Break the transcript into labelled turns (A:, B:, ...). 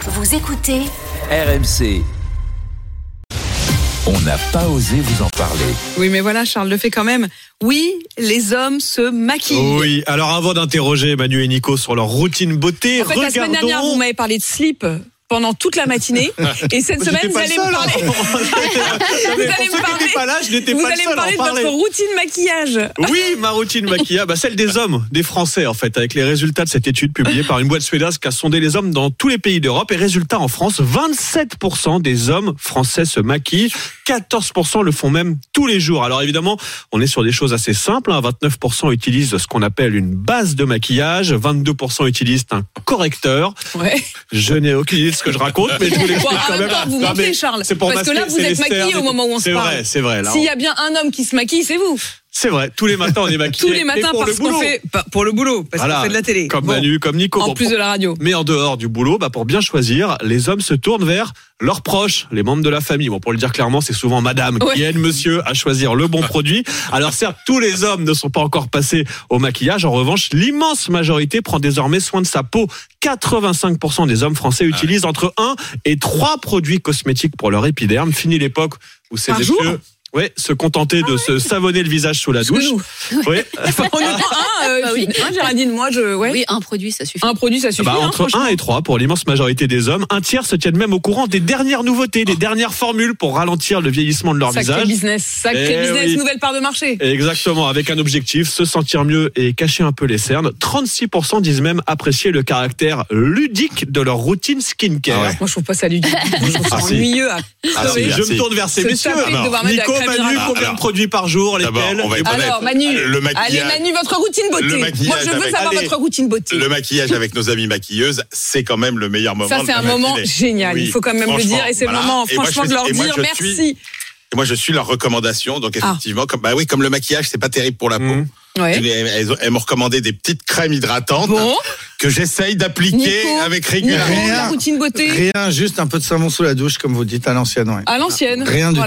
A: Vous écoutez
B: RMC. On n'a pas osé vous en parler.
C: Oui, mais voilà, Charles le fait quand même. Oui, les hommes se maquillent.
D: Oui, alors avant d'interroger Manu et Nico sur leur routine beauté,
C: En fait, la semaine
D: regardons.
C: dernière, vous m'avez parlé de slip pendant toute la matinée. Et cette
D: J'étais
C: semaine, vous
D: pas le
C: allez
D: seul,
C: me
D: hein.
C: parler. allez me
D: J'avais- pour ceux qui
C: parler-
D: n'étaient pas là, je n'étais
C: Vous
D: pas le
C: allez me
D: seul à
C: parler
D: en
C: de votre
D: parler.
C: routine maquillage.
D: Oui, ma routine maquillage, bah, celle des hommes, des Français en fait, avec les résultats de cette étude publiée par une boîte suédoise qui a sondé les hommes dans tous les pays d'Europe. Et résultat, en France, 27% des hommes français se maquillent, 14% le font même tous les jours. Alors évidemment, on est sur des choses assez simples. hein. 29% utilisent ce qu'on appelle une base de maquillage, 22% utilisent un correcteur.
C: Ouais.
D: Je n'ai aucune idée de ce que je raconte, mais je vous
C: Bon,
D: l'explique
C: en
D: quand
C: même
D: même.
C: temps, vous
D: Non,
C: mentez,
D: mais
C: Charles.
D: c'est pour
C: Parce que là,
D: masquer,
C: vous
D: c'est les
C: êtes maquillé
D: cernes
C: au
D: et
C: moment où on
D: tout.
C: se parle.
D: C'est vrai, c'est vrai. là,
C: S'il
D: on-
C: y a bien un homme qui se maquille, c'est vous.
D: C'est vrai, tous les matins on est maquillés.
C: Tous les matins,
D: et pour
C: parce
D: le boulot.
C: qu'on fait. pas- Pour le boulot, parce
D: Voilà,
C: qu'on fait de la télé.
D: Comme
C: Bon.
D: Manu, comme Nico.
C: En
D: Bon,
C: plus de la radio.
D: Mais en dehors du boulot, bah pour bien choisir, les hommes se tournent vers leurs proches, les membres de la famille. Bon, pour le dire clairement, c'est souvent madame
C: Ouais.
D: qui aide monsieur à choisir le bon produit. Alors certes, tous les hommes ne sont pas encore passés au maquillage. En revanche, l'immense majorité prend désormais soin de sa peau. 85% des hommes
C: Ah
D: français utilisent entre 1 et 3 produits cosmétiques pour leur épiderme. Fini l'époque où ces
C: Par
D: messieurs
C: jour Ah
D: ouais, se contentaient de se savonner le visage sous la
C: Parce que
D: douche.
C: nous.
D: Ouais.
C: Honnêtement, un, euh,
D: Ah
E: Bah oui.
C: un, Géraldine, moi, je. Ouais.
E: Oui, un produit, ça suffit.
C: Un produit, ça suffit.
D: Bah,
C: hein,
D: entre 1 et 3 pour l'immense majorité des hommes. Un tiers se tiennent même au courant des dernières nouveautés, des dernières formules pour ralentir le vieillissement de leur
C: Sacré
D: visage.
C: business, sacré
D: Eh
C: business,
D: oui.
C: nouvelle part de marché.
D: Exactement, avec un objectif, se sentir mieux et cacher un peu les cernes. 36% disent même apprécier le caractère ludique de leur routine skincare.
F: Ah ouais.
C: Moi, je trouve pas ça ludique. Je trouve ça
D: Ah, si.
C: ennuyeux. hein. à-
F: Ah, si,
D: Je
F: ah, si.
D: me tourne vers ces
C: Se
D: messieurs.
C: taper,
D: Alors,
C: devoir mettre de la
D: Nico,
C: crème
D: Manu,
C: hydratante.
D: combien
F: Alors,
D: de produits par jour
F: d'abord,
D: Lesquels
F: on va
D: Et-
F: être
C: Alors,
F: honnête.
C: Manu,
F: le maquillage,
C: allez, Manu, votre routine
F: Le
C: beauté.
F: maquillage
C: Moi, je veux
F: avec-
C: savoir
D: Allez.
C: votre routine beauté.
F: le maquillage avec nos amies maquilleuses, c'est quand même le meilleur moment.
C: Ça,
F: de
C: c'est
F: la
C: un moment
F: matinée.
C: génial.
F: Oui,
C: Il faut quand même le
F: franchement,
C: dire. Et c'est
F: voilà.
C: le moment,
F: Et moi, je
C: franchement, de leur
F: fais- et moi,
C: dire
F: je
C: merci. Ah.
F: suis- et moi, je suis leur recommandation. Donc, effectivement, comme, bah oui, comme le maquillage, c'est pas terrible pour la peau.
D: Mhm.
C: Ouais.
F: Elles, elles ont- elles m'ont recommandé des petites crèmes hydratantes
C: Bon,
F: que j'essaye d'appliquer
C: Nico,
F: avec
C: Nico,
F: régularité.
C: la routine beauté
G: Rien, juste un peu de savon sous la douche, comme vous dites, à l'ancienne. ouais.
C: à l'ancienne.
G: Rien du